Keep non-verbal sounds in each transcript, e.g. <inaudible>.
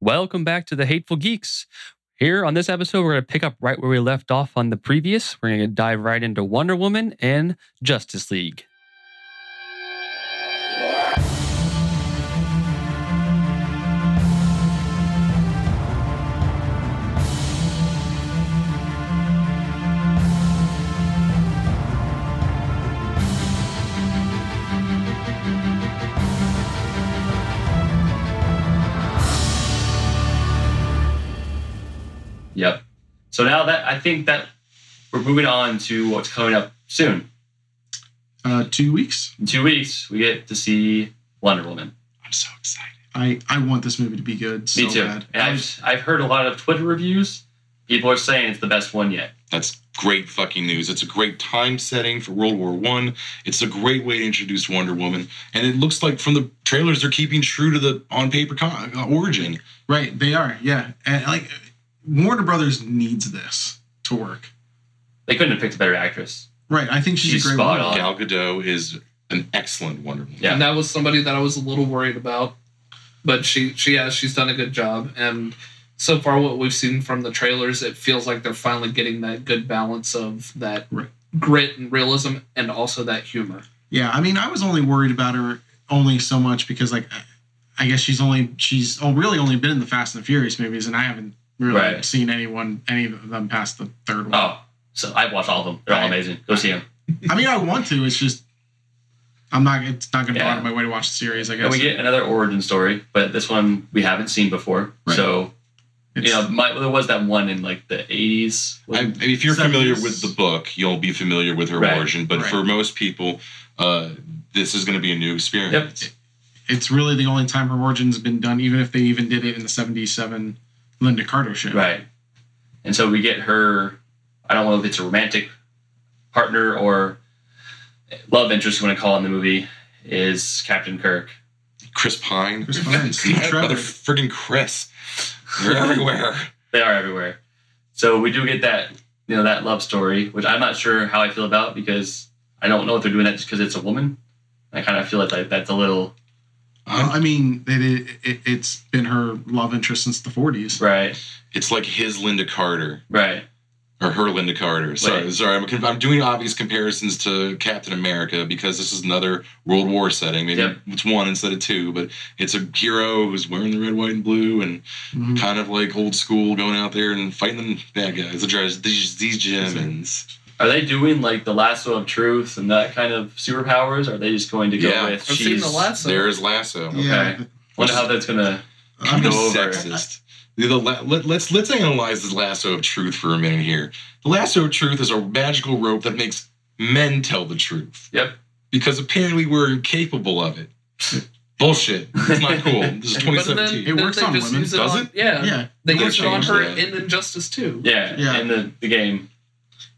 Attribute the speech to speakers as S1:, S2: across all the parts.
S1: Welcome back to the Hateful Geeks. Here on this episode, we're going to pick up right where we left off on the previous. We're going to dive right into Wonder Woman and Justice League. Yep. So now that I think that we're moving on to what's coming up soon.
S2: Uh, two weeks.
S1: In two weeks, we get to see Wonder Woman.
S2: I'm so excited. I, I want this movie to be good. So
S1: Me too.
S2: Bad.
S1: And I've, I've heard a lot of Twitter reviews. People are saying it's the best one yet.
S3: That's great fucking news. It's a great time setting for World War One. It's a great way to introduce Wonder Woman, and it looks like from the trailers they're keeping true to the on paper con- uh, origin.
S2: right, they are. Yeah, and like Warner Brothers needs this to work.
S1: They couldn't have picked a better actress.
S2: Right. I think she's,
S1: She's
S2: a great
S1: spot
S2: one.
S3: Gal
S1: on.
S3: Gadot is an excellent Wonder Woman.
S1: Yeah.
S4: And that was somebody that I was a little worried about. But she she has she's done a good job. And so far what we've seen from the trailers, it feels like they're finally getting that good balance of that
S2: Right.
S4: grit and realism and also that humor.
S2: Yeah, I mean, I was only worried about her only so much because like I guess she's only she's oh, really only been in the Fast and the Furious movies, and I haven't really
S1: Right.
S2: seen anyone any of them past the third one.
S1: Oh, so I've watched all of them. They're all
S2: Right.
S1: amazing. Go see them.
S2: I mean, I want to. It's just I'm not. It's not going to go
S1: Yeah.
S2: out of my way to watch the series. I guess.
S1: And we get another origin story, but this one we haven't seen before.
S2: Right.
S1: So,
S2: It's-
S1: you know, my, there was that one in like the 80s.
S3: I, I mean, if you're familiar
S2: Seventies.
S3: with the book, you'll be familiar with her
S1: Right.
S3: origin. But
S2: Right.
S3: for most people, uh, this is going to be a new experience.
S1: Yep.
S2: it's really the only time her origin's been done, even if they even did it in the 77 Linda Carter show.
S1: Right. And so we get her, I don't know if it's a romantic partner or love interest, you want to call it in the movie, is Captain Kirk.
S3: Chris Pine,
S2: Chris
S1: <laughs>
S2: Pine, Steve Trevor.
S3: Mother friggin' Chris, they're everywhere.
S1: They are everywhere. So we do get that, you know, that love story, which I'm not sure how I feel about because I don't know if they're doing that just because it's a woman. I kind of feel like that- that's a little,
S2: Well, I mean, it, it, it's been her love interest since the 40s.
S1: right,
S3: It's like his Linda Carter.
S1: right.
S3: or her Linda Carter. Sorry, sorry. I'm, con- I'm doing obvious comparisons to Captain America because this is another World War setting. Maybe
S1: Yep.
S3: it's one instead of two, but it's a hero who's wearing the red, white, and blue, and
S2: Mhm.
S3: kind of like old school, going out there and fighting the bad guys, the dres- these these Germans.
S1: Are they doing like the lasso of truth and that kind of superpowers? Or are they just going to go
S3: Yeah.
S1: with?
S4: I've seen the
S1: she's-
S4: last one.
S3: There's Lasso.
S2: Yeah.
S1: Okay. Wonder how that's gonna.
S2: I'm
S3: Kinda
S1: just-
S3: sexist. The- the la- let, us let's analyze the lasso of truth for a minute here. The lasso of truth is a magical rope that makes men tell the truth.
S1: Yep.
S3: Because apparently we're incapable of it. Bullshit. It's not cool. This is
S4: But then-
S3: 2017.
S2: It
S4: then
S2: works
S4: they
S2: on
S4: just
S2: women,
S4: use it
S3: does
S4: on-
S3: it?
S4: Yeah.
S2: Yeah.
S4: They
S3: They
S4: use it on
S3: changed
S4: her
S3: that.
S4: in Injustice too.
S1: Yeah,
S2: Yeah.
S1: in the, the game.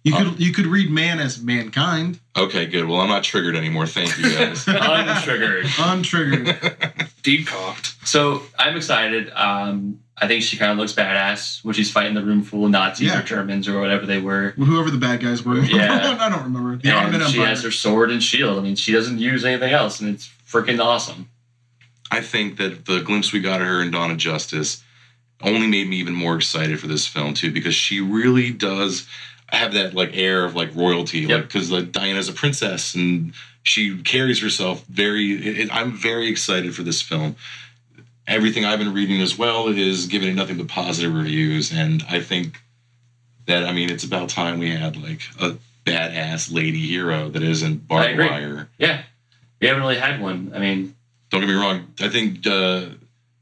S2: You
S1: Um,
S2: could you could read man as mankind.
S3: okay, good. Well, I'm not triggered anymore. Thank you guys.
S1: <laughs> Untriggered.
S2: Untriggered.
S4: Decocked.
S1: So I'm excited. Um, I think she kind of looks badass when she's fighting the room full of Nazis
S2: Yeah.
S1: or Germans or whatever they were.
S2: Whoever the bad guys were.
S1: Yeah.
S2: <laughs> I don't remember. The
S1: and
S2: Ottoman
S1: she
S2: Empire.
S1: has her sword and shield. I mean, she doesn't use anything else, and it's freaking awesome.
S3: I think that the glimpse we got of her in Dawn of Justice only made me even more excited for this film too, because she really does have that like air of like royalty,
S1: Yep.
S3: like because like Diana's a princess and she carries herself very. It, it- I'm very excited for this film. Everything I've been reading as well is giving it nothing but positive reviews, and I think that I mean it's about time we had like a badass lady hero that isn't
S1: I
S3: barbed
S1: agree.
S3: wire.
S1: Yeah, we haven't really had one. I mean,
S3: Don't get me wrong. I think uh,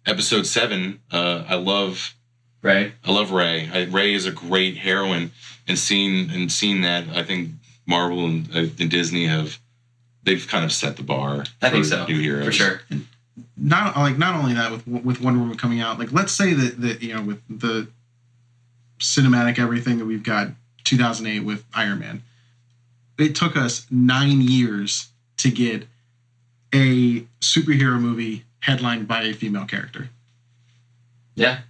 S3: episode seven. Uh, I love
S1: right?
S3: I love Ray. I, Ray is a great heroine, and seeing and seeing that, I think Marvel and, uh, and Disney have they've kind of set the bar.
S1: I think
S3: for
S1: so,
S3: New heroes
S1: For sure.
S2: not like not only that with with Wonder Woman coming out, like let's say that that you know with the cinematic everything that we've got 2008 with Iron Man, it took us nine years to get a superhero movie headlined by a female character.
S1: Yeah,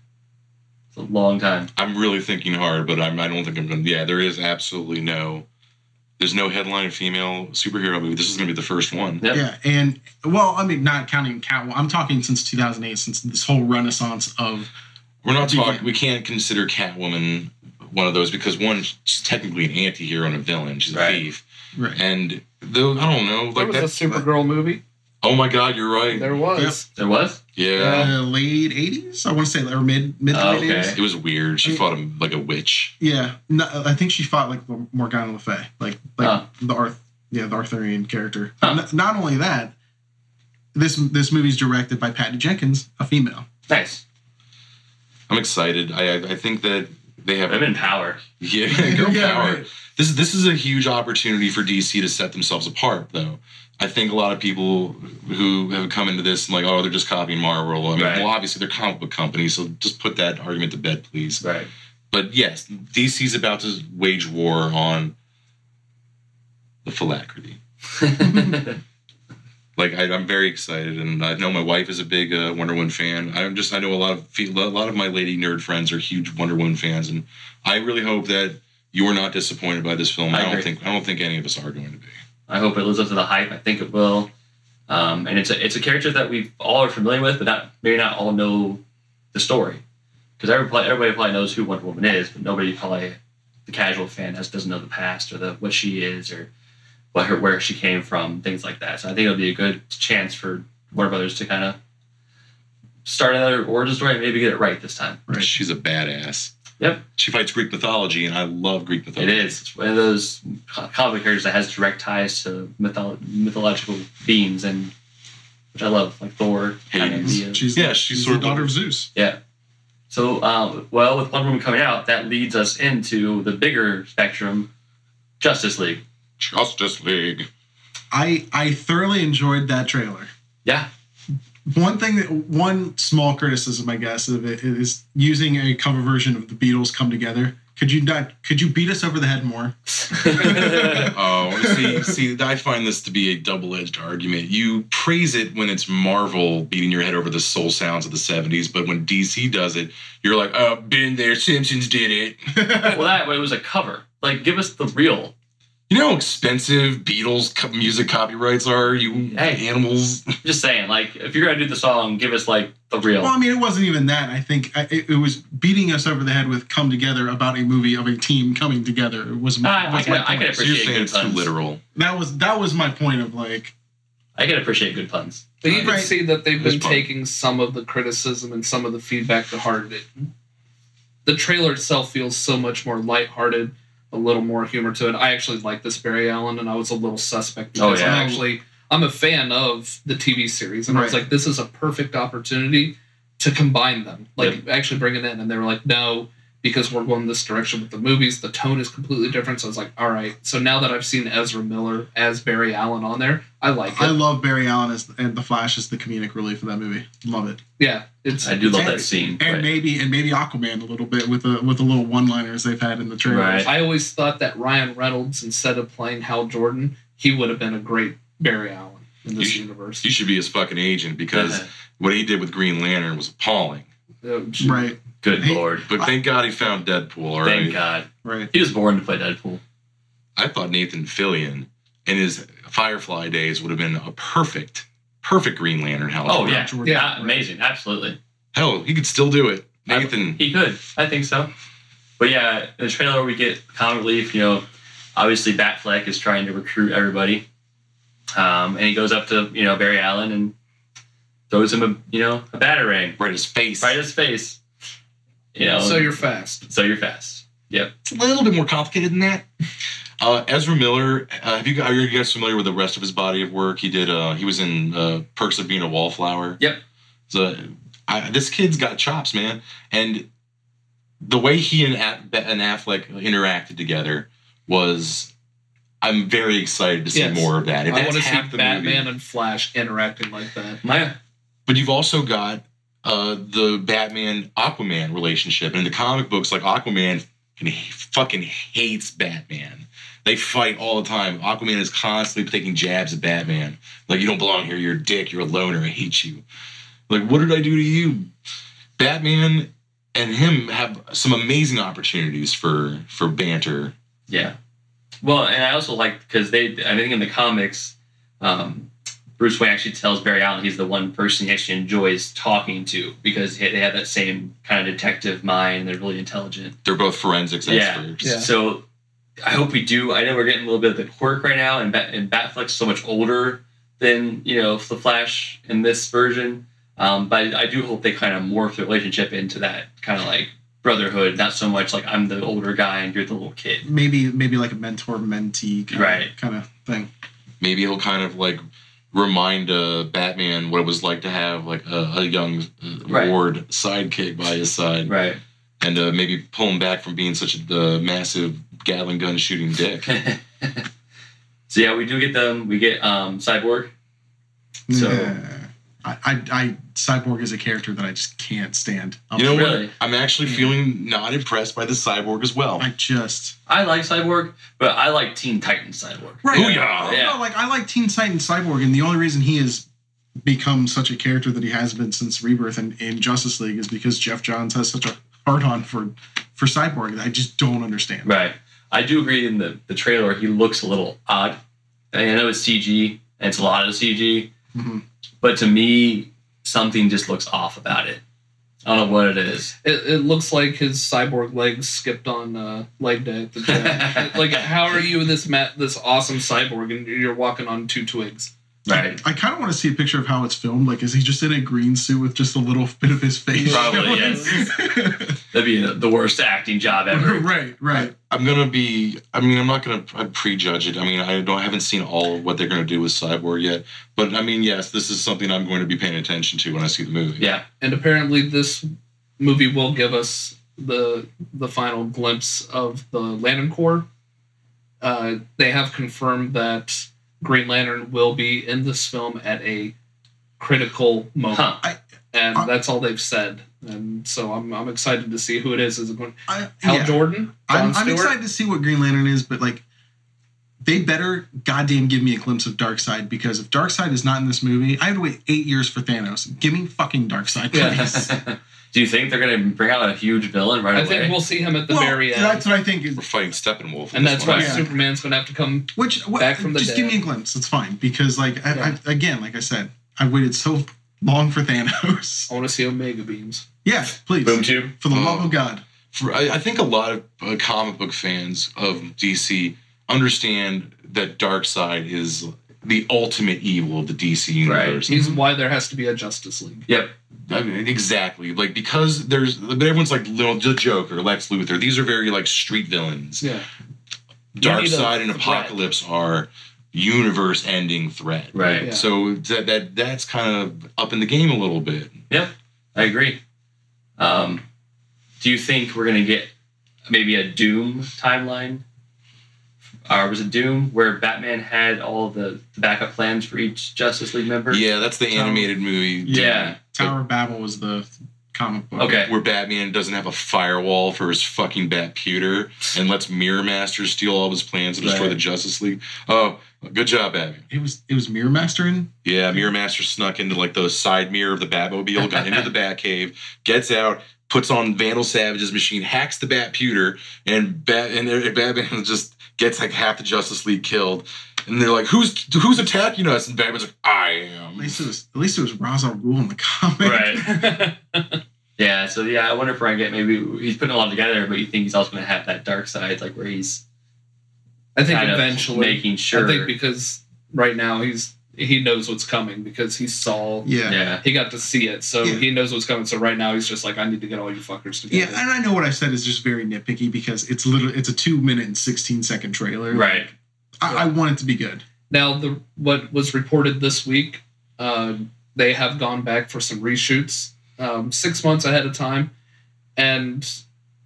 S1: it's a long time.
S3: I'm really thinking hard, but I'm, I don't think I'm going. to... Yeah, there is absolutely no. There's no headline female superhero movie. This is going to be the first one.
S1: Yep.
S2: Yeah, and well, I mean, not counting Catwoman. I'm talking since 2008, since this whole renaissance of
S3: We're not
S2: Yeah.
S3: talking. We can't consider Catwoman one of those because one, she's technically an anti-hero and a villain. She's a
S1: Right.
S3: thief,
S2: right.
S3: and though I don't know,
S4: There
S3: like
S4: was a
S3: that.
S4: Supergirl movie.
S3: Oh my God, you're right.
S4: There was.
S1: There was?
S3: yeah,
S2: Uh, late 80s, I want to say, or mid mid
S1: Oh,
S2: late
S1: okay.
S2: 80s.
S3: it was weird. She
S2: Yeah.
S3: fought a, like a witch.
S2: Yeah, no, I think she fought like Morgana Le Fay, like like
S1: Huh.
S2: the Arth, yeah, the Arthurian character.
S1: Huh.
S2: N- not only that, this this movie's directed by Patty Jenkins, a
S3: <laughs>
S2: female.
S1: Nice.
S3: I'm excited. I I- I think that they have
S1: Women power.
S3: <laughs> yeah, girl
S2: <laughs> Yeah,
S3: power.
S2: right.
S3: This this is a huge opportunity for DC to set themselves apart, though. I think a lot of people who have come into this and like, oh, they're just copying Marvel. I mean,
S1: Right.
S3: well, obviously they're comic book companies, so just put that argument to bed, please.
S1: Right.
S3: But yes, DC's about to wage war on the
S1: <laughs>
S3: philacrity. Like I, I'm very excited, and I know my wife is a big uh, Wonder Woman fan. I'm just I know a lot of fe- a lot of my lady nerd friends are huge Wonder Woman fans, and I really hope that you're not disappointed by this film.
S1: I
S3: I, don't
S1: agree.
S3: think I don't think any of us are going to be.
S1: I hope it lives up to the hype. I think it will. Um, and it's a, it's a character that we all are familiar with, but not maybe not all know the story. Because everybody, everybody probably knows who Wonder Woman is, but nobody probably, the casual fan, has, doesn't know the past or the what she is or what her where she came from, things like that. So I think it'll be a good chance for Warner Brothers to kind of start another origin story and maybe get it right this time.
S2: Right.
S3: She's a badass.
S1: Yep.
S3: She fights Greek mythology, and I love Greek
S1: It
S3: mythology.
S1: is. It's one of those co- comic book characters that has direct ties to mytholo- mythological beings, and which I love, like Thor. kind of
S3: Hades.
S1: the, uh,
S2: She's
S3: Yeah,
S2: the,
S3: she's
S2: she's
S3: sort
S2: the
S3: of-
S2: daughter of Zeus.
S1: yeah. So, um, well, with Wonder Woman coming out, that leads us into the bigger spectrum,
S2: <laughs>
S1: Justice League.
S3: Justice League.
S2: I I thoroughly enjoyed that trailer.
S1: Yeah,
S2: One thing that one small criticism, I guess, of it is using a cover version of the Beatles "Come Together." Could you not? Could you beat us over the head more?
S3: Oh, see, see, I find this to be a double-edged argument. You praise it when it's Marvel beating your head over the soul sounds of the '70s, but when DC does it, you're like, "Oh, been there. Simpsons did it." <laughs>
S1: well, that way it was a cover. Like, give us the real.
S3: You know how expensive Beatles co- music copyrights are. You
S1: Hey.
S3: animals.
S1: Just saying, like, if you're gonna do the song, give us like the real.
S2: Well, I mean, it wasn't even that. I think I, it, it was beating us over the head with "Come Together" about a movie of a team coming together. It was my, was
S1: Ah, I
S2: my
S1: can- I
S2: point.
S1: can
S3: So you're
S1: Appreciate
S3: saying
S1: good
S3: it's too
S1: puns.
S3: literal.
S2: that was that was my point of like,
S1: I can appreciate good puns.
S4: But you can
S2: Right.
S4: see that they've
S3: That's
S4: been
S3: fun.
S4: taking some of the criticism and some of the feedback to heart. It, the trailer itself feels so much more lighthearted, a little more humor to it. I actually like this Barry Allen, and I was a little suspect
S1: Oh,
S4: because
S1: yeah.
S4: I'm actually I'm a fan of the TV series, and I was
S2: Right.
S4: like, this is a perfect opportunity to combine them, like actually bring it in. And they were like, no. Because we're going this direction with the movies, the tone is completely different. So I was like, all right. So now that I've seen Ezra Miller as Barry Allen on there, I like it.
S2: I love Barry Allen as and the Flash is the comedic relief of that movie. Love it,
S4: yeah, it's
S1: I do love
S2: And-
S1: that scene.
S2: and
S1: but-
S2: maybe and maybe Aquaman a little bit with the with the little one liners they've had in the trailer.
S1: Right.
S4: I always thought that Ryan Reynolds, instead of playing Hal Jordan, he would have been a great Barry Allen in this
S3: You-
S4: universe.
S3: You should be his fucking agent
S1: <laughs> Uh-huh.
S3: because what he did with Green Lantern was appalling.
S4: Oh, gee.
S2: Right,
S1: good
S2: Hey,
S1: lord.
S3: But thank God he found Deadpool. All right.
S1: Thank God.
S2: right.
S1: He was born to play Deadpool.
S3: I thought Nathan Fillion in his Firefly days would have been a perfect, perfect Green Lantern. Hal
S1: Oh,
S3: Jordan.
S1: yeah.
S2: Jordan,
S1: Yeah,
S2: right.
S1: amazing. Absolutely.
S3: hell, he could still do it.
S1: I-
S3: Nathan,
S1: He could. I think so. But yeah, in the trailer we get comic relief. You know, obviously Batfleck is trying to recruit everybody, um, and he goes up to you know Barry Allen and throws him a you know a batarang
S3: right his face.
S1: right in his face. You know,
S4: So you're fast.
S1: so you're fast. Yep.
S3: It's a little bit more complicated than that. Uh, Ezra Miller, uh, have you are you guys familiar with the rest of his body of work? He did. Uh, he was in uh, Perks of Being a Wallflower.
S1: Yep.
S3: So I, this kid's got chops, man, and the way he and, A- and Affleck interacted together was. I'm very excited to see
S4: Yes.
S3: more of that. If
S4: I
S3: that's
S4: want to
S3: half
S4: see
S3: the
S4: Batman
S3: movie,
S4: and Flash interacting like that.
S1: My
S3: But you've also got uh, the Batman Aquaman relationship. And in the comic books, like Aquaman fucking, fucking hates Batman. They fight all the time. Aquaman is constantly taking jabs at Batman. Like, you don't belong here. You're a dick. You're a loner. I hate you. Like, what did I do to you? Batman and him have some amazing opportunities for for banter
S1: yeah. Well, and I also like because they, I think in the comics, um, Bruce Wayne actually tells Barry Allen he's the one person he actually enjoys talking to because he- they have that same kind of detective mind. They're really intelligent.
S3: They're both forensics
S1: Yeah.
S3: experts.
S4: Yeah.
S1: So I hope we do. I know we're getting a little bit of the quirk right now, and Bat- and Batfleck's so much older than you know the Flash in this version. Um, but I do hope they kind of morph the relationship into that kind of like brotherhood, not so much like I'm the older guy and you're the little kid.
S2: Maybe maybe like a mentor mentee kind,
S1: Right.
S2: kind of thing.
S3: Maybe it'll kind of like remind uh, Batman what it was like to have like a, a young uh,
S1: Right.
S3: ward sidekick by his side,
S1: Right.
S3: and uh, maybe pull him back from being such a uh, massive Gatling gun shooting dick.
S1: <laughs> so yeah, we do get them. We get um, Cyborg. So-
S2: Yeah. I, I, I cyborg is a character that I just can't stand. Um,
S3: You know what?
S1: Really? Mm-hmm.
S3: I'm actually feeling not impressed by the cyborg as well.
S2: I just
S1: I like Cyborg, but I like Teen Titans Cyborg.
S2: right.
S3: Booyah!
S1: Yeah.
S2: No, like I like Teen Titan Cyborg, and the only reason he has become such a character that he has been since Rebirth and in Justice League is because Jeff Johns has such a hard on for for Cyborg that I just don't understand.
S1: Right. I do agree in the, the trailer, he looks a little odd. I know it's CG, and it's a lot of CG,
S2: Mhm.
S1: but to me, something just looks off about it. I don't know what it is.
S4: It, it looks like his cyborg legs skipped on uh, leg day at
S3: <laughs>
S4: the gym. like, how are you this ma- this awesome cyborg and you're walking on two twigs?
S2: <laughs>
S1: Right.
S2: I kind of want to see a picture of how it's filmed. Like, is he just in a green suit with just a little bit of his face? <laughs>
S1: Probably, That'd be the worst acting job ever.
S2: right, right.
S3: I'm gonna be. I mean, I'm not gonna I prejudge it. I mean, I don't. I haven't seen all of what they're gonna do with Cyborg yet. But I mean, yes, this is something I'm going to be paying attention to when I see the movie.
S1: Yeah.
S4: And apparently, this movie will give us the the final glimpse of the Lantern Corps. Uh, they have confirmed that Green Lantern will be in this film at a critical moment,
S1: Huh.
S4: and
S2: Uh,
S4: that's all they've said. And so I'm I'm excited to see who it is. Is it going
S2: I,
S4: Hal
S2: yeah.
S4: Jordan?
S2: I'm,
S4: John
S2: I'm
S4: Stewart?
S2: excited to see what Green Lantern is, but like, they better goddamn give me a glimpse of Darkseid because if Darkseid is not in this movie, I had to wait eight years for Thanos. Give me fucking Darkseid,
S4: Yeah. <laughs>
S2: please.
S1: <laughs> do you think they're going to bring out a huge villain right
S4: I
S1: away?
S4: think we'll see him at
S2: <laughs>
S4: the
S2: Well,
S4: very end.
S2: that's what I think. Is,
S3: We're fighting Steppenwolf, in
S4: and
S3: this
S4: that's
S3: one.
S4: why
S2: Yeah.
S4: Superman's gonna have to come.
S2: which what,
S4: Back from the
S2: just give me a
S4: dead.
S2: glimpse. It's fine because like I,
S4: Yeah.
S2: I, again, like I said, I waited so long for Thanos. <laughs>
S4: I want to see Omega beams.
S2: Yeah, please,
S1: Boom Tube.
S2: for the love
S3: Oh.
S2: of God.
S3: For, I, I think a lot of uh, comic book fans of DC understand that Darkseid is the ultimate evil of the DC
S1: Right.
S3: universe.
S4: He's
S2: Mm-hmm.
S4: why there has to be a Justice League.
S1: Yep.
S3: I mean, exactly. Like because there's, but everyone's like little the Joker, Lex Luthor. These are very like street villains.
S4: Yeah,
S3: Dark
S4: need a
S3: Side and
S4: threat.
S3: Apocalypse are universe-ending threat.
S1: Right.
S4: Yeah.
S3: So that that that's kind of up in the game a little bit.
S1: I agree. Um, do you think we're gonna get maybe a Doom timeline? Or was it Doom where Batman had all the, the backup plans for each Justice League member?
S3: Yeah, that's the animated movie.
S1: Yeah.
S2: Tower of Babel was the comic book.
S1: Okay.
S3: Where Batman doesn't have a firewall for his fucking Batputer and lets Mirror Master steal all of his plans and destroy
S1: Right.
S3: the Justice League. Oh, good job, Batman.
S2: It was it was Mirror Master in
S3: Yeah, Mirror Master snuck into like the side mirror of the Batmobile, got into the Batcave, gets out, puts on Vandal Savage's machine, hacks the Batputer, and Bat and there- Batman <laughs> just gets like half the Justice League killed. And they're like, "Who's who's attacking us?" And Batman's like, "I
S2: At
S3: am."
S2: least it was at least it was Ra's al Ghul in the comic.
S1: Right. yeah. So yeah, I wonder if we're gonna get maybe he's putting a lot together, but you think he's also gonna have that dark side, like where he's
S4: I think
S1: kind of
S4: eventually.
S1: making sure.
S4: I think because right now he's he knows what's coming because he saw
S2: <laughs> Yeah. yeah.
S1: yeah.
S4: he got to see it, so
S2: Yeah.
S4: he knows what's coming. So right now he's just like, I need to get all you fuckers together.
S2: and I know what I said is just very nitpicky because it's literally it's a two minute and sixteen second trailer.
S1: Right.
S2: I, I want it to be good.
S4: Now the what was reported this week, um, they have gone back for some reshoots um, six months ahead of time, and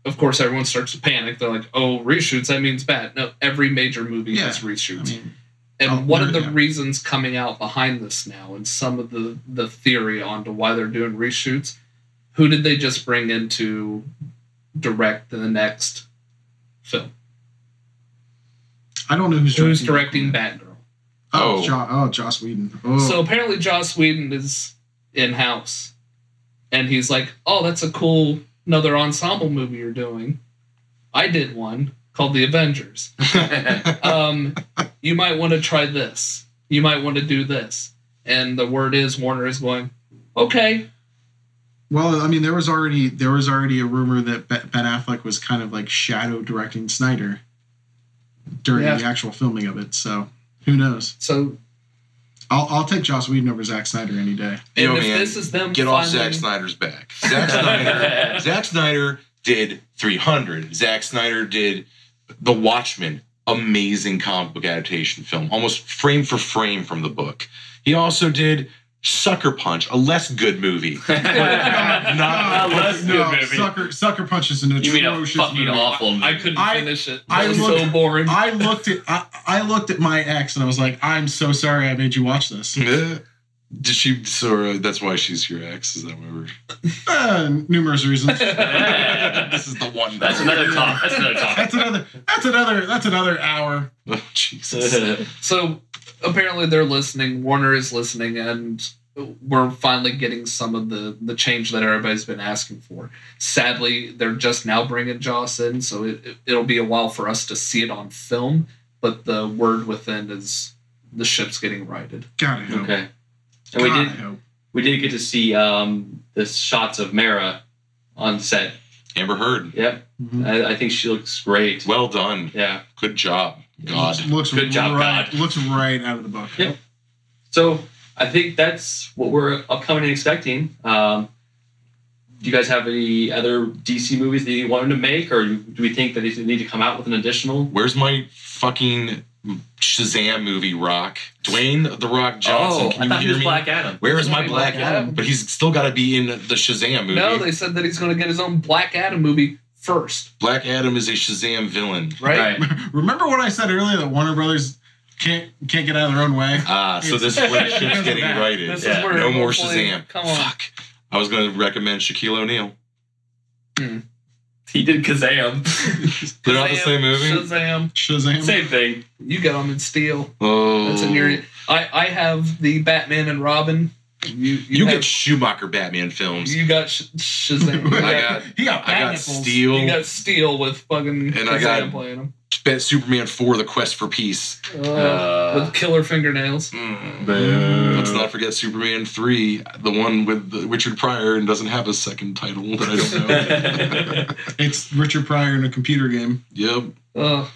S4: of course everyone starts to panic. They're like, "Oh, reshoots? That means bad." No, every major movie has
S2: I
S4: reshoots.
S2: mean,
S4: and
S2: Oh,
S4: one of
S2: there-
S4: the
S2: yeah.
S4: reasons coming out behind this now and some of the the theory onto why they're doing reshoots who did they just bring in to direct the next film
S2: I don't know who's
S4: who's directing batgirl
S2: Oh,
S3: Oh.
S2: Jo- oh, Joss Whedon. Oh,
S3: Hmm.
S4: so apparently joss whedon is in-house and he's like oh that's a cool another ensemble movie you're doing i did one called
S3: <laughs>
S4: The Avengers. Um, you might want to try this. You might want to do this. And the word is Warner is going, okay.
S2: Well, I mean, there was already there was already a rumor that Be- Ben Affleck was kind of like shadow directing Snyder during
S4: Yeah.
S2: the actual filming of it. So who knows?
S4: So
S2: I'll, I'll take Joss Whedon over Zack Snyder any
S1: <laughs>
S2: day.
S3: Yo,
S4: and if
S3: man,
S4: this is them
S3: Get off
S4: finally-
S3: Zack Snyder's back. Zack Snyder.
S1: <laughs>
S3: Zack Snyder did 300. Zack Snyder did The Watchmen, amazing comic book adaptation film, almost frame for frame from the book. He also did Sucker Punch, a less good
S1: <laughs>
S3: movie.
S1: I love
S2: no,
S1: you, baby.
S2: Sucker Sucker Punch is an atrocious
S1: you mean a fucking
S2: movie.
S1: awful movie.
S4: I couldn't
S2: I-
S4: finish it.
S2: I
S4: It was
S2: look-
S4: so boring.
S2: I looked at I, I looked at my ex and I was like, I'm so sorry I made you watch this. <laughs>
S3: did she? So uh, that's why she's your ex. Is that why we're?
S2: Uh, numerous
S1: <laughs>
S2: reasons.
S3: this is the one.
S1: <laughs> That's another talk. That's another
S2: <laughs>
S1: talk.
S2: That's another. That's another. That's another hour.
S3: Oh, Jesus.
S4: so apparently they're listening. Warner is listening, and we're finally getting some of the the change that everybody's been asking for. Sadly, they're just now bringing Joss in, so it, it, it'll be a while for us to see it on film. But the word within is the ship's getting righted.
S2: God, I hope.
S1: okay.
S2: God,
S1: And we
S2: I
S1: did
S2: hope.
S1: we did get to see um the shots of Mara on set.
S3: Amber Heard.
S1: Yep.
S2: Mhm.
S1: I, I think she looks great.
S3: Well done.
S1: Yeah.
S3: Good job. God.
S2: looks
S1: Good job,
S2: right,
S1: God.
S2: Looks right out of the book.
S1: Yeah. So I think that's what we're upcoming and expecting. Um, do you guys have any other DC movies that you wanted to make, or do we think that they need to come out with an additional?
S3: Where's my fucking Shazam movie, Rock? Dwayne the Rock Johnson.
S1: oh, I
S3: can you
S1: thought he
S3: hear
S1: was
S3: me?
S1: Black Adam.
S3: Where is
S4: Yeah,
S3: my Black
S4: Black
S3: Adam?
S4: Adam.
S3: But he's still got to be in the Shazam movie.
S4: No, they said that he's going to get his own Black Adam movie first,
S3: Black Adam is a Shazam villain.
S4: right?
S2: <laughs>
S3: <laughs>
S2: Remember what I said earlier that Warner Brothers can't can't get out of their own
S1: <laughs>
S2: way.
S3: Ah, so this is
S2: It's-
S3: where the shit's getting
S2: Yeah.
S3: righted.
S4: This
S1: Yeah,
S4: is where
S3: No more
S4: hopefully-
S3: Shazam.
S4: Come on.
S3: Fuck. I was going to recommend Shaquille O'Neal.
S1: He did Kazam.
S3: They're not the same movie.
S4: Shazam.
S2: Shazam.
S1: <laughs> Same thing.
S4: You got him in Steel.
S3: Oh,
S4: That's in your. I I have the Batman and Robin. You
S3: You,
S4: have,
S3: get Schumacher Batman films.
S4: you got sh-
S3: <laughs>
S4: Shazam. You
S3: I got,
S4: got,
S2: he got
S3: I got
S2: nipples.
S3: Steel.
S4: you got Steel with fucking
S3: And
S4: Shazam
S3: I got-
S4: playing him
S3: Bet Superman 4, The Quest for Peace.
S4: Uh,
S1: Uh, <laughs>
S3: <laughs>
S4: with killer fingernails.
S1: Boo.
S3: Let's not forget Superman 3, the one with the, Richard Pryor and doesn't have a second title that I don't know.
S4: <laughs>
S2: It's Richard Pryor in a computer game.
S3: yep.
S4: Uh,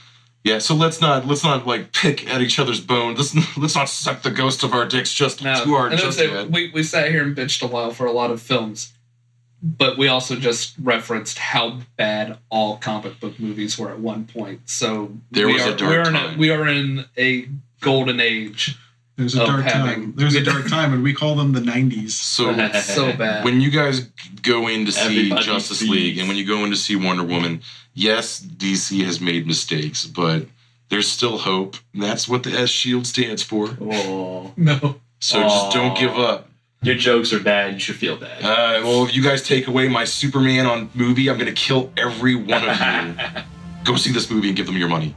S3: Yeah, so let's not let's not like pick at each other's bone. Let's let's not suck the ghost of our dicks just
S4: no.
S3: to our
S4: and
S3: just
S4: that's
S3: yet.
S4: it. We we sat here and bitched a while for a lot of films, but we also just referenced how bad all comic book movies were at one point. So
S3: There
S4: we
S3: was a
S4: are,
S3: dark
S4: we're In
S3: time.
S4: a, we are in a golden age.
S2: There's a
S4: Oh,
S2: dark
S4: having-
S2: time. There's a
S1: <laughs>
S2: dark time, and we call them the '90s.
S4: <laughs>
S3: So <laughs>
S4: So bad.
S3: when you guys go in to see
S1: Everybody
S3: Justice
S1: sees.
S3: League and when you go in to see Wonder Woman, yes, DC has made mistakes, but there's still hope. And that's what the S Shield stands for.
S1: Oh,
S4: no.
S3: So just don't
S1: Aw.
S3: give up.
S1: your jokes are bad. You should feel bad.
S3: Uh, well, if you guys take away my Superman on movie, I'm gonna kill every one of you. Go see this movie and give them your money.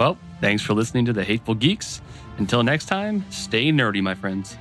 S1: Well, thanks for listening to The Hateful Geeks. Until next time, stay nerdy, my friends.